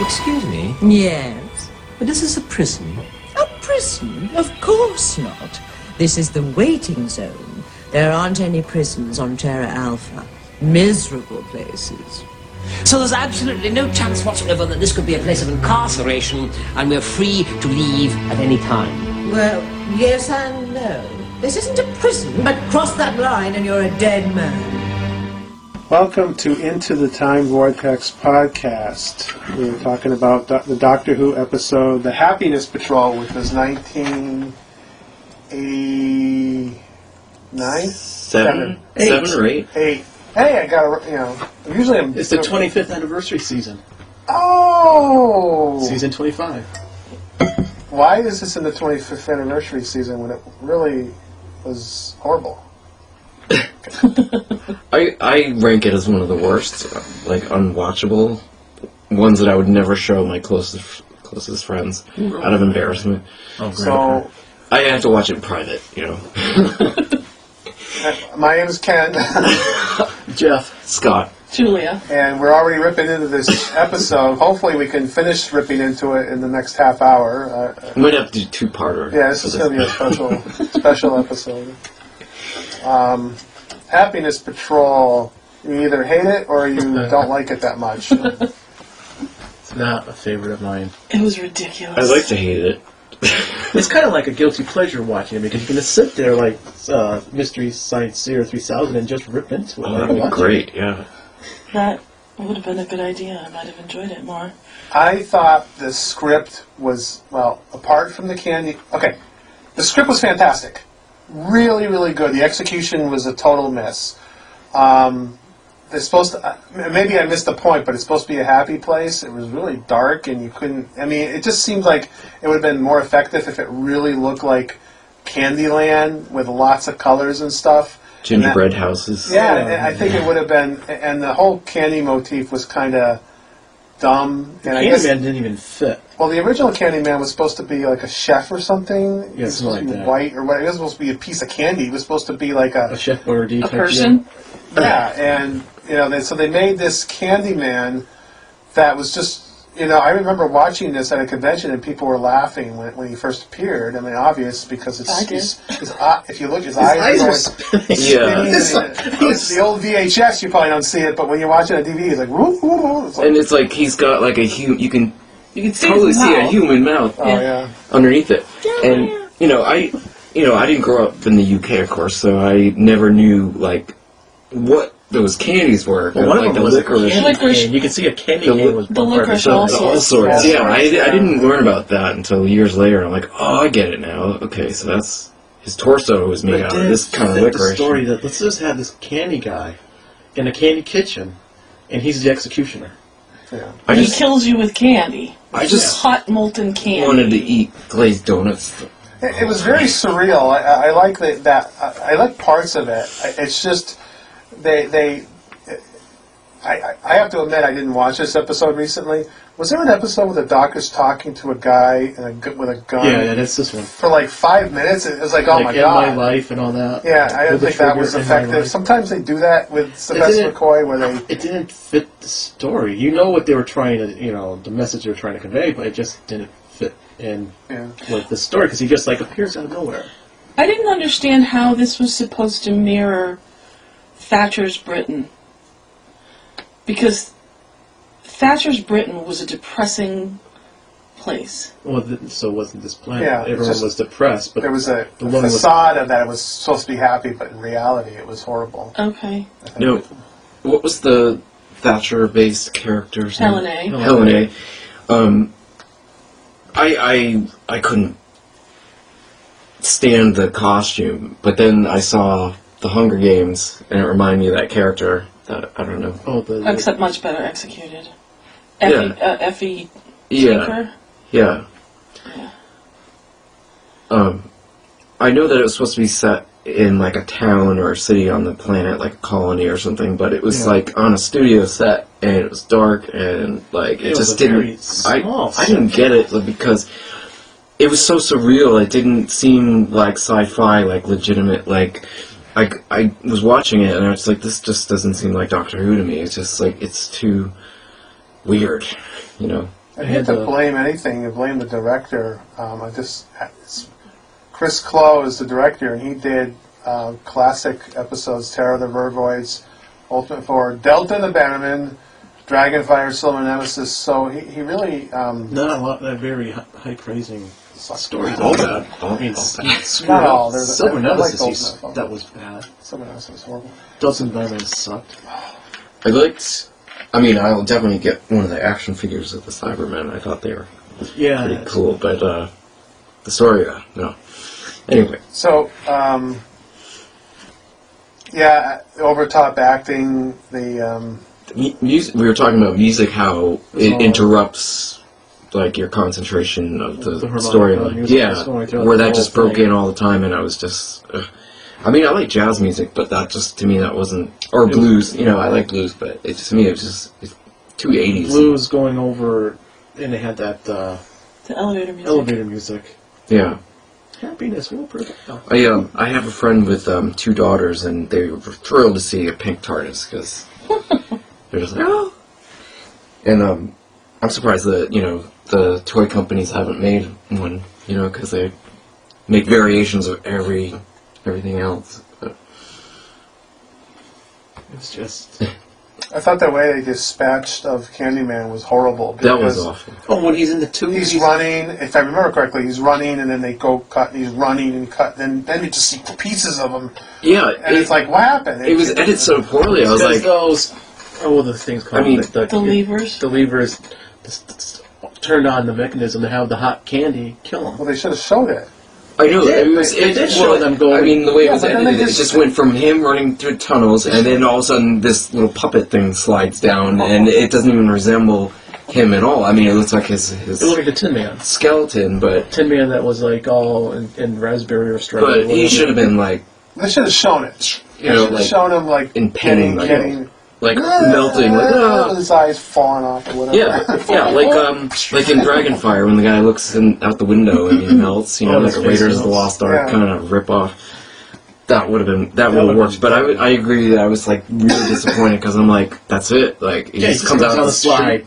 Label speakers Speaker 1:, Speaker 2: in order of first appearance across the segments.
Speaker 1: Excuse me,
Speaker 2: Yes.
Speaker 1: but this is a prison.
Speaker 2: A prison? Of course not. This is the waiting zone. There aren't any prisons on Terra Alpha. Miserable places.
Speaker 1: So there's absolutely no chance whatsoever that this could be a place of incarceration, and we're free to leave at any time.
Speaker 2: Well, yes and no. This isn't a prison, but cross that line and you're a dead man.
Speaker 3: Welcome to Into the Time Vortex podcast. We are talking about do- the Doctor Who episode The Happiness Patrol, which was 1989?
Speaker 4: Seven,
Speaker 3: Seven.
Speaker 4: seven or eight.
Speaker 3: Eight. Hey, I got, a- you know, usually I'm...
Speaker 5: It's the 25th anniversary season,
Speaker 3: Oh!
Speaker 5: season 25.
Speaker 3: Why is this in the 25th anniversary season when it really was horrible?
Speaker 4: I, I rank it as one of the worst, like unwatchable ones that I would never show my closest closest friends out of embarrassment.
Speaker 5: Oh,
Speaker 3: So,
Speaker 4: I have to watch it in private, you know.
Speaker 3: my name is Ken,
Speaker 5: Jeff,
Speaker 4: Scott,
Speaker 6: Julia.
Speaker 3: and we're already ripping into this episode. Hopefully we can finish ripping into it in the next half hour. Uh,
Speaker 4: we might have to do two parter.
Speaker 3: Yeah, this is going to be a special special episode. Um, Happiness Patrol. You either hate it or you don't like it that much.
Speaker 5: it's not a favorite of mine.
Speaker 6: It was
Speaker 4: I
Speaker 6: ridiculous.
Speaker 4: like to hate it.
Speaker 5: It's kind of like a guilty pleasure watching it because you can just sit there like uh, Mystery Science Theater 3000 and just rip into it.
Speaker 4: Oh,
Speaker 5: while
Speaker 4: that'd
Speaker 5: you
Speaker 4: be
Speaker 5: watch it.
Speaker 4: great. Yeah.
Speaker 6: that would have been a good idea. I might have enjoyed it more.
Speaker 3: I thought the script was well, apart from the candy. Okay, the script was fantastic, really, really good. The execution was a total miss. Um, it's supposed to. Uh, maybe I missed the point, but it's supposed to be a happy place. It was really dark, and you couldn't. I mean, it just seemed like it would have been more effective if it really looked like Candyland with lots of colors and stuff. And that-
Speaker 4: Gingerbread houses.
Speaker 3: yeah, and- and I think it would have been, and the whole candy motif was kind of dumb. And I guess,
Speaker 5: Candyman didn't even fit.
Speaker 3: well, the original Candyman was supposed to be like a chef or something. He
Speaker 5: something
Speaker 3: was supposed to
Speaker 5: like
Speaker 3: be
Speaker 5: that.
Speaker 3: white or what? It was supposed to be a piece of candy. It was supposed to be like
Speaker 5: A
Speaker 3: a
Speaker 5: Chef Boyardee
Speaker 6: A
Speaker 5: type
Speaker 6: person?
Speaker 3: yeah, and you know, they, so they made this Candyman that was just. You know, I remember watching this at a convention and people were laughing when, when he first appeared. I mean, obvious because it's
Speaker 6: I did.
Speaker 3: his, his, eye- if you look, his,
Speaker 5: His eyes
Speaker 3: are
Speaker 5: were
Speaker 3: going-
Speaker 5: spinning.
Speaker 4: Yeah.
Speaker 3: it's the old VHS, you probably don't see it, but when you watch it on DVD, it's like, woo, woo, woo. It's like
Speaker 4: And it's like he's got like a human. You can
Speaker 6: You could see
Speaker 4: totally
Speaker 6: his
Speaker 4: see a
Speaker 6: mouth.
Speaker 4: human mouth.
Speaker 3: oh yeah.
Speaker 4: underneath it. And you know, I you know, I didn't grow up in the UK, of course, so I never knew like what those candies were.
Speaker 5: Well, one
Speaker 4: like
Speaker 5: of them
Speaker 4: the
Speaker 5: was a
Speaker 4: licorice,
Speaker 5: candy
Speaker 6: Licorice.
Speaker 5: cane. You can see a candy
Speaker 4: The
Speaker 5: cane
Speaker 4: li-
Speaker 5: was
Speaker 6: the
Speaker 5: part of
Speaker 6: licorice
Speaker 5: show.
Speaker 6: also.
Speaker 4: all sorts.
Speaker 3: Yeah.
Speaker 4: Yeah, I, I didn't learn about that until years later. I'm like, oh, I get it now. Okay, so that's his torso was made
Speaker 5: But
Speaker 4: out of
Speaker 5: then
Speaker 4: this kind of
Speaker 5: the- The
Speaker 4: licorice.
Speaker 5: story that let's just have this candy guy in a candy kitchen, and he's the executioner.
Speaker 3: yeah.
Speaker 4: I
Speaker 6: he
Speaker 4: just
Speaker 6: kills you with candy.
Speaker 4: I just
Speaker 6: Hot molten candy.
Speaker 4: wanted to eat glazed donuts.
Speaker 3: It, it was very surreal. I- I, I like the, that. I, I like parts of it. I- It's just they they. I, I- I have to admit I didn't watch this episode recently. Was there an episode where the doctor's talking to a guy and a, gu- with a gun
Speaker 5: Yeah, yeah, that's this one.
Speaker 3: for like five minutes? It was like, oh
Speaker 5: like
Speaker 3: my
Speaker 5: in
Speaker 3: god.
Speaker 5: my life and all that.
Speaker 3: yeah, I don't
Speaker 5: With the
Speaker 3: think that
Speaker 5: trigger
Speaker 3: was
Speaker 5: in my
Speaker 3: effective.
Speaker 5: life.
Speaker 3: Sometimes they do that with Sylvester
Speaker 5: didn't-
Speaker 3: McCoy, where they
Speaker 5: It didn't fit the story. You know what they were trying to, you know, the message they were trying to convey, but it just didn't fit in
Speaker 3: Yeah.
Speaker 5: with the story because he just like appears out of nowhere.
Speaker 6: I didn't understand how this was supposed to mirror Thatcher's Britain. Because Thatcher's Britain was a depressing place.
Speaker 5: Well, th- so wasn't this planet.
Speaker 3: Yeah, it's
Speaker 5: Everyone
Speaker 3: just-
Speaker 5: was depressed, but
Speaker 3: there was a
Speaker 5: the one was
Speaker 3: facade of that it was supposed to be happy, but in reality it was horrible.
Speaker 6: Okay.
Speaker 4: No, what was the Thatcher-based character's name?
Speaker 6: Helen A.
Speaker 4: Helen A. Um, I I I couldn't stand the costume, but then I saw the Hunger Games, and it reminded me of that character. That I don't know.
Speaker 5: oh the, the
Speaker 6: Except much better executed. Effie, uh, Effie
Speaker 4: Yeah,
Speaker 6: Tinker.
Speaker 4: yeah. Um, I know that it was supposed to be set in like a town or a city on the planet, like a colony or something, but it was like on a studio set, and it was dark, and like it,
Speaker 5: It was
Speaker 4: just
Speaker 5: a very
Speaker 4: didn't.
Speaker 5: small
Speaker 4: I, I didn't get it like, because it was so surreal. It didn't seem like sci-fi, like legitimate. Like I, I was watching it, and I was like, this just doesn't seem like Doctor Who to me. It's just like it's too weird, you know.
Speaker 3: I
Speaker 5: had
Speaker 3: hate to
Speaker 5: the-
Speaker 3: blame anything. You blame the director. Um, I just it's- Chris Clow is the director, and he did uh, classic episodes: Terror of the Vervoids, Ultimate Four, Delta and the Bannerman, Dragonfire, Silver Nemesis. So he, he really um,
Speaker 5: Not a lot. They're very hi- high praising stories.
Speaker 4: Hold
Speaker 5: about
Speaker 4: on,
Speaker 5: it.
Speaker 4: hold
Speaker 5: I mean,
Speaker 4: on.
Speaker 5: s- screw
Speaker 3: Not all,
Speaker 5: up.
Speaker 3: there's a-
Speaker 5: Silver
Speaker 3: I
Speaker 5: Nemesis.
Speaker 3: like
Speaker 5: you s-
Speaker 3: Dolphin.
Speaker 5: that was bad.
Speaker 3: Silver Nemesis was horrible.
Speaker 5: Dulce and Bannerman sucked.
Speaker 4: I liked. I mean, I'll definitely get one of the action figures of the Cybermen. I thought they were
Speaker 5: Yeah.
Speaker 4: pretty cool, but uh, the story, uh, no. Anyway,
Speaker 3: So, um, yeah, overtop acting. The um,
Speaker 4: mu- music, we were talking about music, how it
Speaker 5: all-
Speaker 4: interrupts like your concentration of the,
Speaker 5: The harmonica
Speaker 4: story.
Speaker 5: music
Speaker 4: yeah,
Speaker 5: is going throughout
Speaker 4: where
Speaker 5: the
Speaker 4: that
Speaker 5: whole
Speaker 4: just broke
Speaker 5: thing.
Speaker 4: in all the time, and I was just. Ugh. I mean, I like jazz music, but that just to me that wasn't or blues. You know, I like blues, but it to me it was just it's two eighties.
Speaker 5: Blues going over, and they had that uh,
Speaker 6: The elevator music.
Speaker 5: elevator music.
Speaker 4: Yeah.
Speaker 5: Happiness will prevail.
Speaker 4: I um I have a friend with um two daughters, and they were thrilled to see a pink TARDIS because they're just like oh, and um I'm surprised that you know the toy companies haven't made one, you know, because they make variations of every everything else. But
Speaker 5: It's just.
Speaker 3: I thought the way they dispatched of Candyman was horrible.
Speaker 4: that was
Speaker 3: because-
Speaker 4: awful.
Speaker 5: Oh, when he's in the tube,
Speaker 3: He's running, if I remember correctly, he's running and then they go cut and he's running and cut. Then then you just see pieces of him.
Speaker 4: Yeah,
Speaker 3: And
Speaker 4: it,
Speaker 3: it's like, what happened?
Speaker 4: it was edited so poorly. I was
Speaker 5: Because
Speaker 4: like,
Speaker 5: those. Oh, well, the things called
Speaker 4: I mean-
Speaker 5: the,
Speaker 6: The levers.
Speaker 5: The levers s- s- turned on the mechanism to have the hot candy kill him.
Speaker 3: Well, they should have showed it.
Speaker 4: I know
Speaker 5: They
Speaker 4: it
Speaker 5: did,
Speaker 4: was.
Speaker 5: they- they
Speaker 4: it-
Speaker 5: did
Speaker 4: well,
Speaker 5: show them going-
Speaker 4: I mean, the way it
Speaker 3: Yeah,
Speaker 4: was
Speaker 3: but then they
Speaker 4: edited, it
Speaker 3: just-
Speaker 4: just went from him running through tunnels, and then all of a sudden, this little puppet thing slides down, and it doesn't even resemble him at all. I mean, it looks like his his
Speaker 5: It looked like the Tin Man.
Speaker 4: skeleton, but
Speaker 5: Tin Man that was like all in, in raspberry or strawberry.
Speaker 4: but he should have been like
Speaker 3: They should have shown it.
Speaker 4: you know
Speaker 3: they should have
Speaker 4: like
Speaker 3: shown him, like,
Speaker 4: in pain, like,
Speaker 3: getting
Speaker 4: like melting like
Speaker 3: Ah,
Speaker 4: ah.
Speaker 3: his eyes falling off or whatever.
Speaker 4: yeah yeah like um like in Dragonfire when the guy looks in, out the window and he melts you know
Speaker 5: Oh,
Speaker 4: like
Speaker 5: his
Speaker 4: a
Speaker 5: face
Speaker 4: Raiders of the
Speaker 5: melts.
Speaker 4: Lost Ark
Speaker 3: Yeah.
Speaker 4: kind of rip off. that would have been that would have
Speaker 5: would've
Speaker 4: worked.
Speaker 5: been-
Speaker 4: But I would, I agree that I was like really disappointed because I'm like that's it. Like he
Speaker 5: Yeah, he
Speaker 4: just comes out
Speaker 5: on the slide.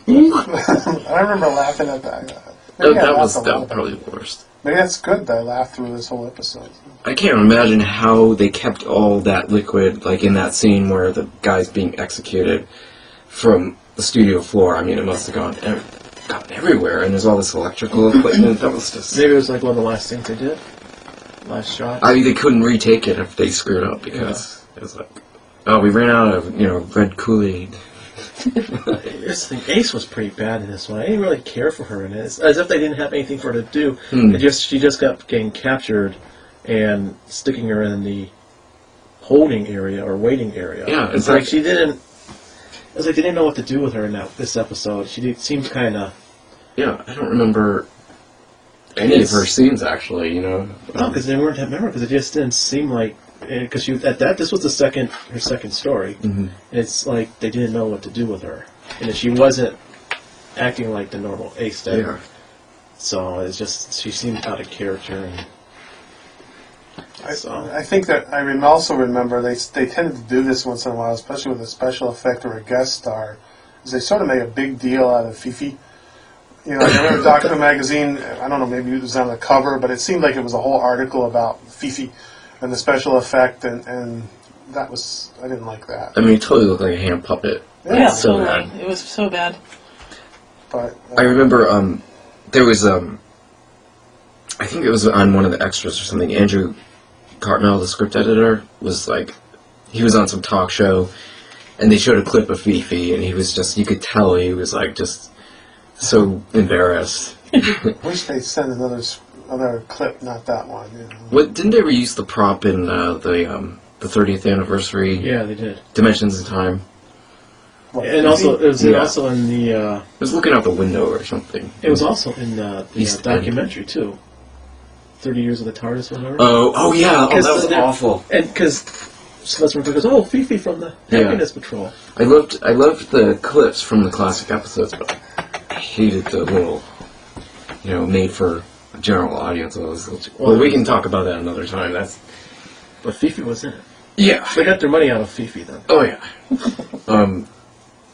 Speaker 4: street.
Speaker 3: I remember laughing at that.
Speaker 4: That,
Speaker 3: Maybe I
Speaker 4: that
Speaker 3: laughed
Speaker 4: was
Speaker 3: a
Speaker 4: that
Speaker 3: lot.
Speaker 4: was probably the worst.
Speaker 3: Maybe that's good that I laughed through this whole episode.
Speaker 4: I can't imagine how they kept all that liquid like in that scene where the guy's being executed from the studio floor. I mean, it must have gone ev- gone everywhere, and there's all this electrical equipment. That was just.
Speaker 5: Maybe it was like one of the last things they did. Last shot.
Speaker 4: I mean, they couldn't retake it if they screwed up because it was like, oh, we ran out of you know red Kool Aid.
Speaker 5: This thing, Ace was pretty bad in this one. I didn't really care for her in it. It's as if they didn't have anything for her to do.
Speaker 4: Hmm.
Speaker 5: It just she just got getting captured and sticking her in the holding area or waiting area.
Speaker 4: Yeah,
Speaker 5: it's,
Speaker 4: it's
Speaker 5: like,
Speaker 4: like-
Speaker 5: she didn't. It's like they didn't know what to do with her in that this episode. She did, seemed kind of
Speaker 4: Yeah, I don't remember any of her scenes actually. You know, Um,
Speaker 5: no, because they weren't that memorable. Because it just didn't seem like because she at that this was the second her second story. Mm-hmm. And it's like they didn't know what to do with her, and she wasn't acting like the normal Ace that
Speaker 4: yeah,
Speaker 5: So it's just she seemed out of character.
Speaker 3: I,
Speaker 5: And, so
Speaker 3: I think that I rem- also remember they they tended to do this once in a while, especially with a special effect or a guest star, is they sort of make a big deal out of Fifi. You know, I remember Doctor Who magazine. I don't know, maybe it was on the cover, but it seemed like it was a whole article about Fifi and the special effect, and, and that was I didn't like that.
Speaker 4: I mean, it totally looked like a hand puppet.
Speaker 6: Yeah,
Speaker 4: So
Speaker 6: totally.
Speaker 4: bad.
Speaker 6: It was so bad.
Speaker 3: But uh,
Speaker 4: I remember um, there was um, I think it was on one of the extras or something. Andrew Cartmel, the script editor, was like, he was on some talk show, and they showed a clip of Fifi, and he was just, you could tell he was like just so embarrassed.
Speaker 3: wish they would send another s- another clip, not that one. You know.
Speaker 4: What didn't they reuse the prop in uh, the um, the 30th anniversary
Speaker 5: yeah, they did.
Speaker 4: Dimensions in Time?
Speaker 3: What,
Speaker 5: And also it was
Speaker 4: Yeah.
Speaker 5: also in the uh,
Speaker 4: I was looking out the window or something.
Speaker 5: it was also in the, the uh,
Speaker 4: East End.
Speaker 5: documentary too. Thirty years of the TARDIS, whatever.
Speaker 4: Oh, oh yeah, oh,
Speaker 5: Because
Speaker 4: that was
Speaker 5: they're-
Speaker 4: awful.
Speaker 5: And because Celeste goes, "Oh, Fifi from the
Speaker 4: Yeah.
Speaker 5: Happiness Patrol."
Speaker 4: I loved, I loved the clips from the classic episodes, but I hated the little, you know, made for a general audience. I was like, well, we can talk about that another time. That's
Speaker 5: But Fifi was in it.
Speaker 4: yeah,
Speaker 5: They got their money out of Fifi then.
Speaker 4: oh yeah. Oh, Um,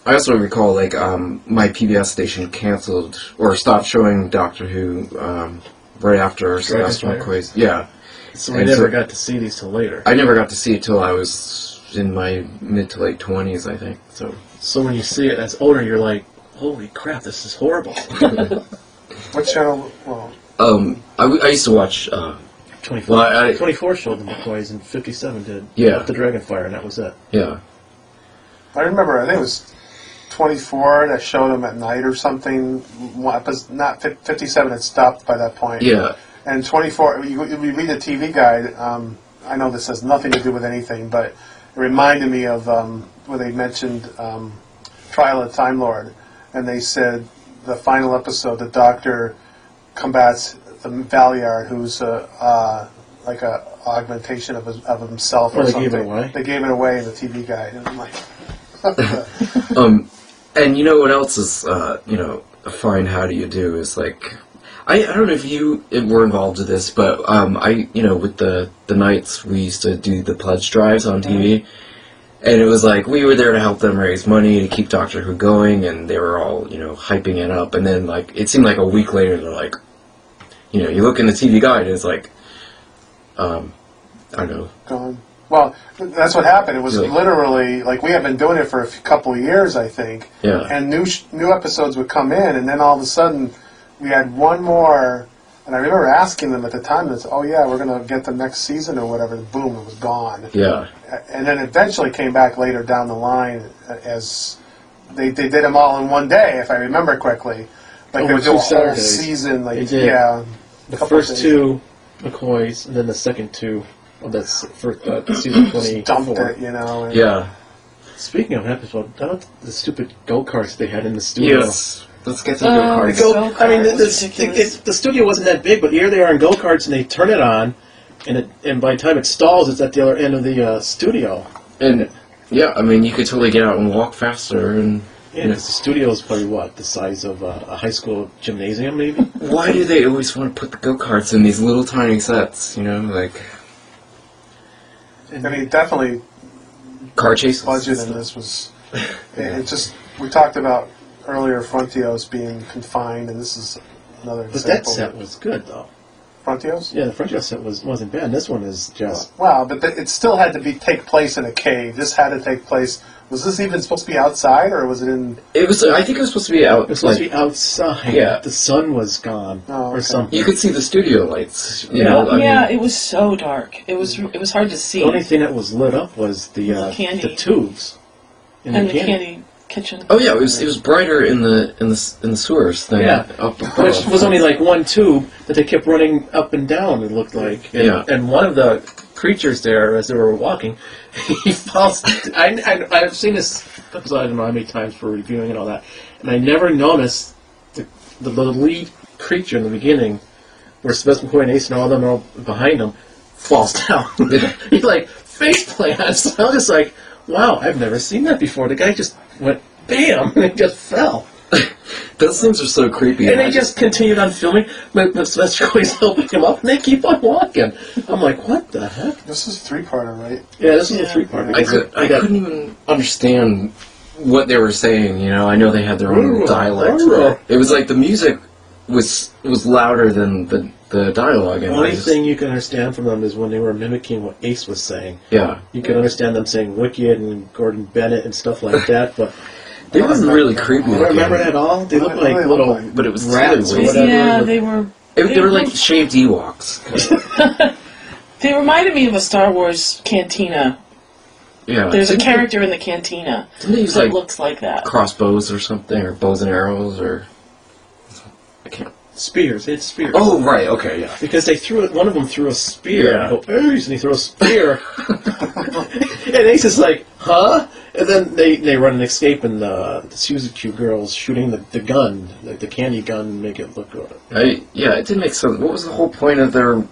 Speaker 4: I also recall like um, my PBS station canceled or stopped showing Doctor Who um, right after Sebastian
Speaker 5: Fire.
Speaker 4: McCoy's. Yeah,
Speaker 5: So we
Speaker 4: And
Speaker 5: never
Speaker 4: so-
Speaker 5: got to see these till later.
Speaker 4: I never got to see it till I was in my mid to late twenties, I think. So
Speaker 5: so when you see it as older, you're like, holy crap, this is horrible.
Speaker 3: What channel? Well,
Speaker 4: um, I, w- I used to watch. Uh,
Speaker 5: 24,
Speaker 4: Well, I-
Speaker 5: 24 showed the McCoys and 57 did.
Speaker 4: Yeah.
Speaker 5: The Dragonfire, and that was it.
Speaker 4: yeah,
Speaker 3: I remember. I think it was 24 that showed them at night or something. One episode, not fif- 57 had stopped by that point.
Speaker 4: yeah,
Speaker 3: And 24, you, you read the TV guide. Um, I know this has nothing to do with anything, but it reminded me of um, where they mentioned um, Trial of the Time Lord, and they said the final episode, the Doctor combats the Valiard, who's a, uh, like a augmentation of, his, of himself
Speaker 5: Oh,
Speaker 3: or
Speaker 5: they gave
Speaker 3: something.
Speaker 5: it away?
Speaker 3: They gave it away in the TV guide, and I'm like,
Speaker 4: Um, and you know what else is, uh, you know, a fine how do you do is like, I, I don't know if you were involved with this, but um, I, you know, with the, the nights we used to do the pledge drives on TV, and it was like we were there to help them raise money to keep Doctor Who going, and they were all, you know, hyping it up, and then like it seemed like a week later they're like, you know, you look in the TV guide, and it's like, um, I don't know,
Speaker 3: gone. Um, Well, that's what happened. It was
Speaker 4: Really?
Speaker 3: literally like we have been doing it for a f- couple of years, I think.
Speaker 4: Yeah.
Speaker 3: And new sh- new episodes would come in, and then all of a sudden, we had one more. And I remember asking them at the time, "It's oh yeah, we're gonna get the next season or whatever." And boom, it was gone.
Speaker 4: yeah,
Speaker 3: A- And then eventually came back later down the line uh, as they they did them all in one day, if I remember correctly. Like
Speaker 5: Over
Speaker 3: they would
Speaker 5: Oh,
Speaker 3: do
Speaker 5: two
Speaker 3: a whole
Speaker 5: Saturdays.
Speaker 3: season,
Speaker 5: They
Speaker 3: like
Speaker 5: did.
Speaker 3: yeah,
Speaker 5: The
Speaker 3: Couple
Speaker 5: first
Speaker 3: days.
Speaker 5: two McCoys, and then the second two of that s- first uh, season
Speaker 3: dumped
Speaker 5: 24.
Speaker 3: it, you know. and-
Speaker 4: yeah,
Speaker 5: Speaking of an episode, that was the stupid go karts they had in the studio.
Speaker 4: yes. Let's get to the
Speaker 6: Uh,
Speaker 4: cards.
Speaker 5: Go,
Speaker 6: Go-karts.
Speaker 5: I mean, the, the,
Speaker 6: That's ridiculous.
Speaker 5: it's- the studio wasn't that big, but here they are in go karts, and they turn it on, and it, and by the time it stalls, it's at the other end of the uh, studio.
Speaker 4: And yeah, I mean, you could totally get out and walk faster. And
Speaker 5: Yeah, because the studio is probably what the size of uh, a high school gymnasium, maybe.
Speaker 4: why do they always want to put the go karts in these little tiny sets? You know, like
Speaker 3: I mean, definitely
Speaker 4: car chases.
Speaker 3: budget and this was it, it just we talked about earlier Frontios being confined and this is another
Speaker 5: But that
Speaker 3: example.
Speaker 5: set was good, though.
Speaker 3: Frontios?
Speaker 5: Yeah, the French House set was wasn't bad. This one is just
Speaker 3: Wow, but th- it still had to be take place in a cave. This had to take place. Was this even supposed to be outside or was it in?
Speaker 4: It was. I think it was supposed to be out.
Speaker 5: it was supposed
Speaker 4: like,
Speaker 5: to be outside.
Speaker 4: Yeah.
Speaker 5: the sun was gone
Speaker 3: Oh,
Speaker 5: or
Speaker 3: okay.
Speaker 5: something.
Speaker 4: You could see the studio lights. You
Speaker 5: Yeah.
Speaker 4: know, I
Speaker 6: yeah,
Speaker 4: mean,
Speaker 6: it was so dark. It was it was hard to see.
Speaker 5: The only thing that was lit up was the uh,
Speaker 6: Candy.
Speaker 5: the tubes in
Speaker 6: and the candy kitchen.
Speaker 4: oh yeah, it was. It was brighter in the in the s- in the sewers than
Speaker 5: Yeah.
Speaker 4: up above.
Speaker 5: Which was only like one tube that they kept running up and down. It looked like, and,
Speaker 4: Yeah.
Speaker 5: and one of the creatures there, as they were walking, he falls. I, I, I've seen this episode. I don't know how many times for reviewing and all that, and I never noticed the the, little lead creature in the beginning, where Sebastian McCoy and Ace and all them are all behind him, falls down. he like face plants. I was just like, wow, I've never seen that before. The guy just went bam and just fell.
Speaker 4: Those things are so creepy.
Speaker 5: And they just continued on filming. But but Sylvester Coy's helping him up, and they keep on walking. I'm like, what the heck?
Speaker 3: This is three parter, right?
Speaker 5: Yeah, this is a
Speaker 6: Yeah.
Speaker 5: three part.
Speaker 4: I, could, I couldn't even understand what they were saying. You know, I know they had their own
Speaker 5: Ooh,
Speaker 4: dialect.
Speaker 5: ooh.
Speaker 4: but It was like the music was was louder than the the dialogue.
Speaker 5: The
Speaker 4: And I
Speaker 5: only
Speaker 4: just-
Speaker 5: thing you can understand from them is when they were mimicking what Ace was saying.
Speaker 4: yeah,
Speaker 5: You can understand them saying Wicked and Gordon Bennett and stuff like that, but
Speaker 4: they was really creepy.
Speaker 5: I don't
Speaker 4: looking.
Speaker 5: remember that at all. They
Speaker 3: What
Speaker 5: look
Speaker 3: do they
Speaker 5: like
Speaker 3: look
Speaker 5: little
Speaker 3: like?
Speaker 4: But it was
Speaker 5: rats or
Speaker 4: really weird.
Speaker 5: whatever.
Speaker 6: yeah,
Speaker 5: but-
Speaker 6: they were.
Speaker 4: It- they were like shaved Ewoks.
Speaker 6: They reminded me of a Star Wars cantina.
Speaker 4: Yeah,
Speaker 6: There's a
Speaker 4: didn't-
Speaker 6: character in the cantina
Speaker 4: Didn't they use
Speaker 6: that
Speaker 4: like
Speaker 6: looks like that.
Speaker 4: crossbows or something, or bows and arrows, or I can't.
Speaker 5: spears. It's spears.
Speaker 4: Oh right, okay, yeah.
Speaker 5: Because they threw it, one of them threw a spear.
Speaker 4: Yeah.
Speaker 5: And, I go, Ace, and he threw a spear. and Ace is like, huh? And then they, they run an escape, and the, the Suzuki girl's shooting the, the gun, the, the candy gun, make it look good.
Speaker 4: I yeah, it did make sense. What was the whole point of their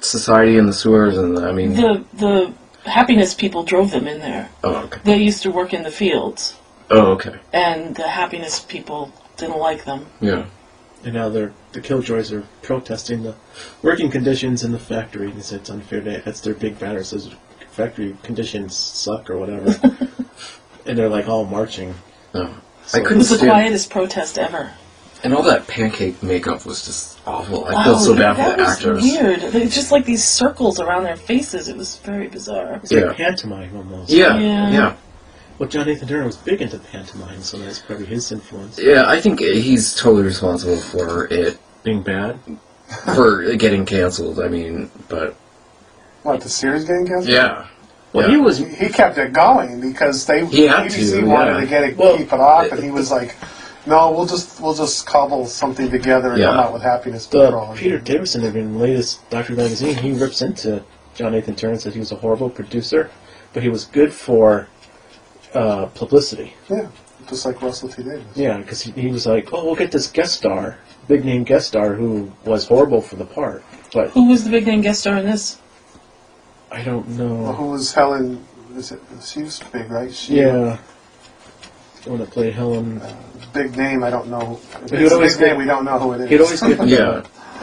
Speaker 4: society in the sewers? And I mean,
Speaker 6: The the happiness people drove them in there.
Speaker 4: oh okay,
Speaker 6: They used to work in the fields,
Speaker 4: oh okay,
Speaker 6: and the happiness people didn't like them.
Speaker 4: yeah.
Speaker 5: And now they're, the Killjoys are protesting the working conditions in the factory. They said it's unfair. They, that's their big banner. It says factory conditions suck or whatever. and they're like all marching.
Speaker 4: No. I
Speaker 6: It
Speaker 4: couldn't
Speaker 6: was the
Speaker 4: stand
Speaker 6: quietest protest ever.
Speaker 4: and all that pancake makeup was just awful. I
Speaker 6: Oh,
Speaker 4: feel so bad
Speaker 6: that
Speaker 4: for the
Speaker 6: was
Speaker 4: actors.
Speaker 6: Weird. They just like these circles around their faces. It was very bizarre.
Speaker 5: It's like
Speaker 4: Yeah.
Speaker 5: pantomime almost.
Speaker 4: Yeah,
Speaker 6: Yeah.
Speaker 4: yeah, yeah,
Speaker 5: Well, John Nathan Turner was big into pantomime, so that's probably his influence.
Speaker 4: I think he's totally responsible for it
Speaker 5: Being bad.
Speaker 4: for it getting canceled. I mean, but
Speaker 3: What the series getting canceled?
Speaker 4: yeah,
Speaker 5: Well,
Speaker 4: Yeah.
Speaker 5: he was.
Speaker 3: He kept it going because they
Speaker 4: He had to,
Speaker 3: ABC wanted
Speaker 4: yeah.
Speaker 3: to get it
Speaker 5: Well,
Speaker 3: keep it off, and he was like, "No, we'll just we'll just cobble something together and
Speaker 4: Yeah.
Speaker 3: come out with happiness
Speaker 5: The
Speaker 3: patrol."
Speaker 5: Peter Davison interview in the latest Doctor magazine, he rips into John Nathan Turner and said he was a horrible producer, but he was good for uh, publicity.
Speaker 3: yeah, just like Russell T Davies.
Speaker 5: Yeah, because he, he was like, oh, we'll get this guest star, big name guest star who was horrible for the part, but
Speaker 6: Who was the big name guest star in this?
Speaker 5: I don't
Speaker 3: Well,
Speaker 4: Uh-huh.
Speaker 5: know.
Speaker 3: who was Helen? Is it, she was big, right? She,
Speaker 5: Yeah. The one that played Helen.
Speaker 3: Big name, I don't know. If
Speaker 5: But he would
Speaker 3: it's a
Speaker 5: always
Speaker 3: big name,
Speaker 5: get-
Speaker 3: we don't know who it is.
Speaker 5: He'd always get
Speaker 4: yeah.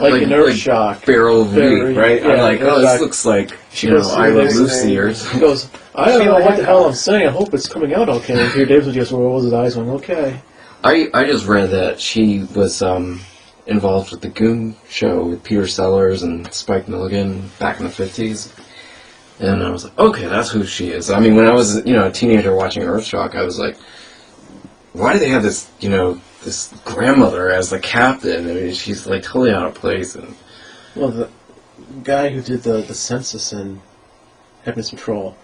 Speaker 5: like,
Speaker 4: Like-
Speaker 5: an nerve
Speaker 4: like
Speaker 5: shock.
Speaker 4: Barrel
Speaker 5: Barrel-
Speaker 4: view, right? I'm
Speaker 5: yeah,
Speaker 4: like, oh,
Speaker 5: exactly.
Speaker 4: this looks like
Speaker 5: She
Speaker 4: you know,
Speaker 5: goes through
Speaker 4: I love
Speaker 3: this
Speaker 4: Lucy
Speaker 3: thing.
Speaker 4: or
Speaker 5: He
Speaker 4: something.
Speaker 5: goes, I don't
Speaker 3: Feel
Speaker 5: know what
Speaker 3: like
Speaker 5: the hell I'm saying. I hope it's coming out okay. And Peter Davis just rolls his eyes and went, okay.
Speaker 4: I I just read that she was um involved with the Goon show with Peter Sellers and Spike Milligan back in the fifties. And I was like, okay, that's who she is. I mean, when I was, you know, a teenager watching Earthshock, I was like, why do they have this, you know, this grandmother as the captain? I mean, she's like totally out of place. And
Speaker 5: Well, the guy who did the, the census in Happiness Patrol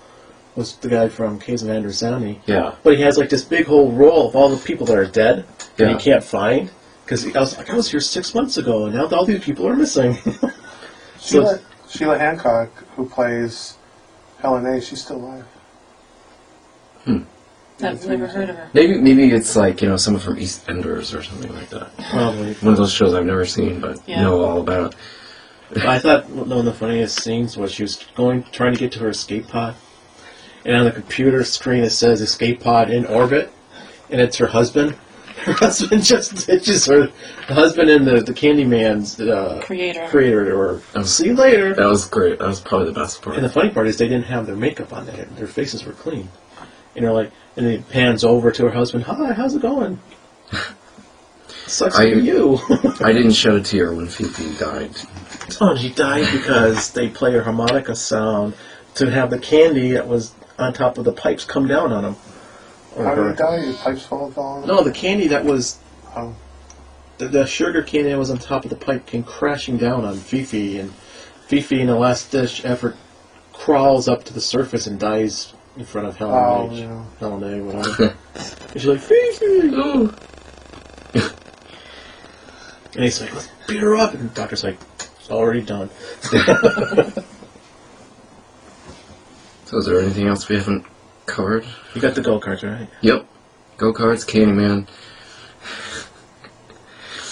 Speaker 5: was the guy from Case of Andrew Zani.
Speaker 4: yeah,
Speaker 5: But he has like this big whole roll of all the people that are dead and
Speaker 4: Yeah.
Speaker 5: he can't find. Because I was like, I was here six months ago, and now all these people are missing.
Speaker 3: Sheila, Sheila Hancock, who plays Helen A. She's still alive.
Speaker 6: I've never heard of her.
Speaker 4: maybe maybe it's like you know someone from EastEnders or something like that.
Speaker 5: Probably.
Speaker 4: One of those shows I've never seen, but
Speaker 6: Yeah.
Speaker 4: know all about.
Speaker 5: I thought one of the funniest scenes was she was going trying to get to her escape pod, and on the computer screen it says escape pod in orbit, and it's her husband. Her husband just it's just her the husband and the the Candyman's uh,
Speaker 6: Creator.
Speaker 5: creator or
Speaker 4: Oh.
Speaker 5: see you later.
Speaker 4: That was great. That was probably the best part.
Speaker 5: And the funny part is they didn't have their makeup on. They had, their faces were clean, and they're like, and it pans over to her husband. Hi, how's it going? Sucks
Speaker 4: I-
Speaker 5: for you.
Speaker 4: I didn't shed a tear when Fifi died.
Speaker 5: Oh, she died because they play her harmonica sound to have the candy that was on top of the pipes come down on him. Or
Speaker 3: How did
Speaker 5: her.
Speaker 3: he die? Your pipes full of all.
Speaker 5: No, the candy that was
Speaker 3: Oh.
Speaker 5: the, the sugar candy that was on top of the pipe came crashing down on Fifi, and Fifi, in the last ditch effort, crawls up to the surface and dies in front of Helen
Speaker 3: Oh,
Speaker 5: H.
Speaker 3: yeah.
Speaker 5: Helen A. Whatever. and she's like Fifi. oh." and he's like, "Let's beat her up," and the doctor's like, "It's already done."
Speaker 4: So, is there anything else we haven't covered?
Speaker 5: You got the go kart, right?
Speaker 4: Yep. Go karts, Candyman.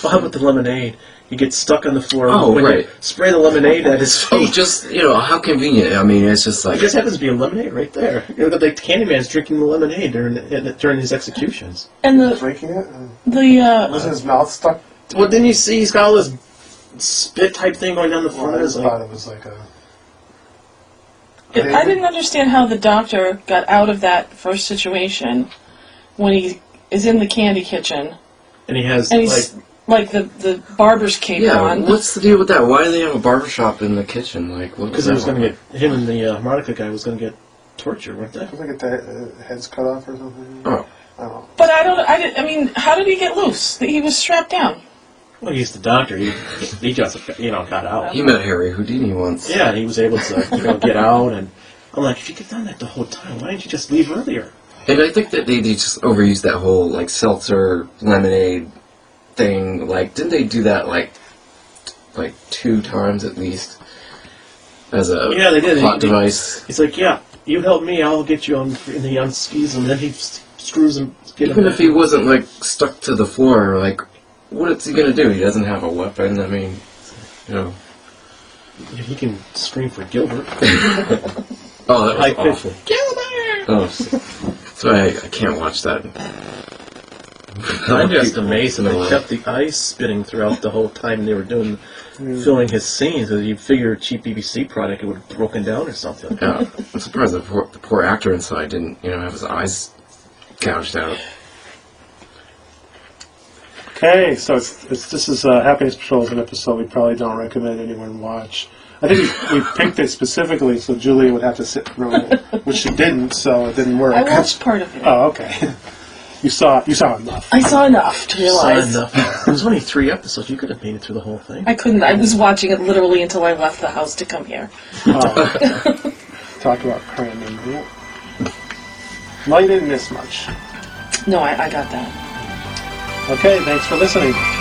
Speaker 5: Well, how about the lemonade? He gets stuck on the floor.
Speaker 4: Oh,
Speaker 5: when you
Speaker 4: right.
Speaker 5: Spray the lemonade at his
Speaker 4: Oh,
Speaker 5: feet.
Speaker 4: just you know how convenient. I mean, it's just
Speaker 5: It
Speaker 4: like
Speaker 5: just happens to be a lemonade right there. You know, the Candyman's drinking the lemonade during during his executions.
Speaker 6: And the
Speaker 3: Breaking it? And
Speaker 6: the uh,
Speaker 3: Was his mouth stuck?
Speaker 5: Well, didn't you see he's got all this spit type thing going down the
Speaker 3: Well,
Speaker 5: front
Speaker 3: I
Speaker 5: of his
Speaker 3: just thought
Speaker 5: like,
Speaker 3: it was like a.
Speaker 6: I didn't understand how the doctor got out of that first situation when he is in the candy kitchen
Speaker 5: and he has
Speaker 6: and
Speaker 5: like
Speaker 6: he's like, the the barber's cape
Speaker 4: yeah.
Speaker 6: on.
Speaker 4: What's the deal with that? Why do they have a barbershop in the kitchen? Like, what?
Speaker 5: because he was going to get him and the uh, harmonica guy was going to get tortured, weren't they?
Speaker 3: Did they get their uh, heads cut off or something?
Speaker 4: Oh,
Speaker 3: I don't know.
Speaker 6: But I don't. I did. I mean, how did he get loose? He was strapped down.
Speaker 5: Well, he's the doctor. He he just you know got out.
Speaker 4: he met Harry Houdini once.
Speaker 5: yeah, he was able to you know get out and. I'm like, if you could done that the whole time, why didn't you just leave earlier?
Speaker 4: And I think that they, they just overused that whole like seltzer lemonade thing. Like, didn't they do that like like two times at least as a
Speaker 5: Yeah, they did. They-
Speaker 4: plot
Speaker 5: they-
Speaker 4: device?
Speaker 5: He's like, yeah, you help me, I'll get you on. And he unskis him, and then he s- screws him. Get him
Speaker 4: Even if he wasn't like stuck to the floor, like what is he gonna do? He doesn't have a weapon. I mean, you know.
Speaker 5: he can scream for Gilbert.
Speaker 4: Oh, that was
Speaker 5: Like,
Speaker 4: awful.
Speaker 6: Gilbert.
Speaker 4: Oh, so, so I, I can't watch that.
Speaker 5: I'm just amazed that
Speaker 4: No.
Speaker 5: they kept the eyes spinning throughout the whole time they were doing filming his scenes. Because you figure a cheap BBC product, it would have broken down or something.
Speaker 4: Yeah, I'm surprised the poor, the poor actor inside didn't, you know, have his eyes gouged out.
Speaker 7: Okay, so it's, it's this is uh, Happiness Patrol is an episode we probably don't recommend anyone watch. I think we, we picked it specifically so Julia would have to sit through it, which she didn't, so it didn't work.
Speaker 6: I watched part of it.
Speaker 7: Oh, okay. You saw you saw enough.
Speaker 6: I saw enough to realize.
Speaker 5: Son of- There's only three episodes. You could have made it through the whole thing.
Speaker 6: I couldn't. I was watching it literally until I left the house to come here.
Speaker 7: Talk about cramming. Yeah. Well, you didn't miss much.
Speaker 6: No, I, I got that.
Speaker 7: Okay, thanks for listening.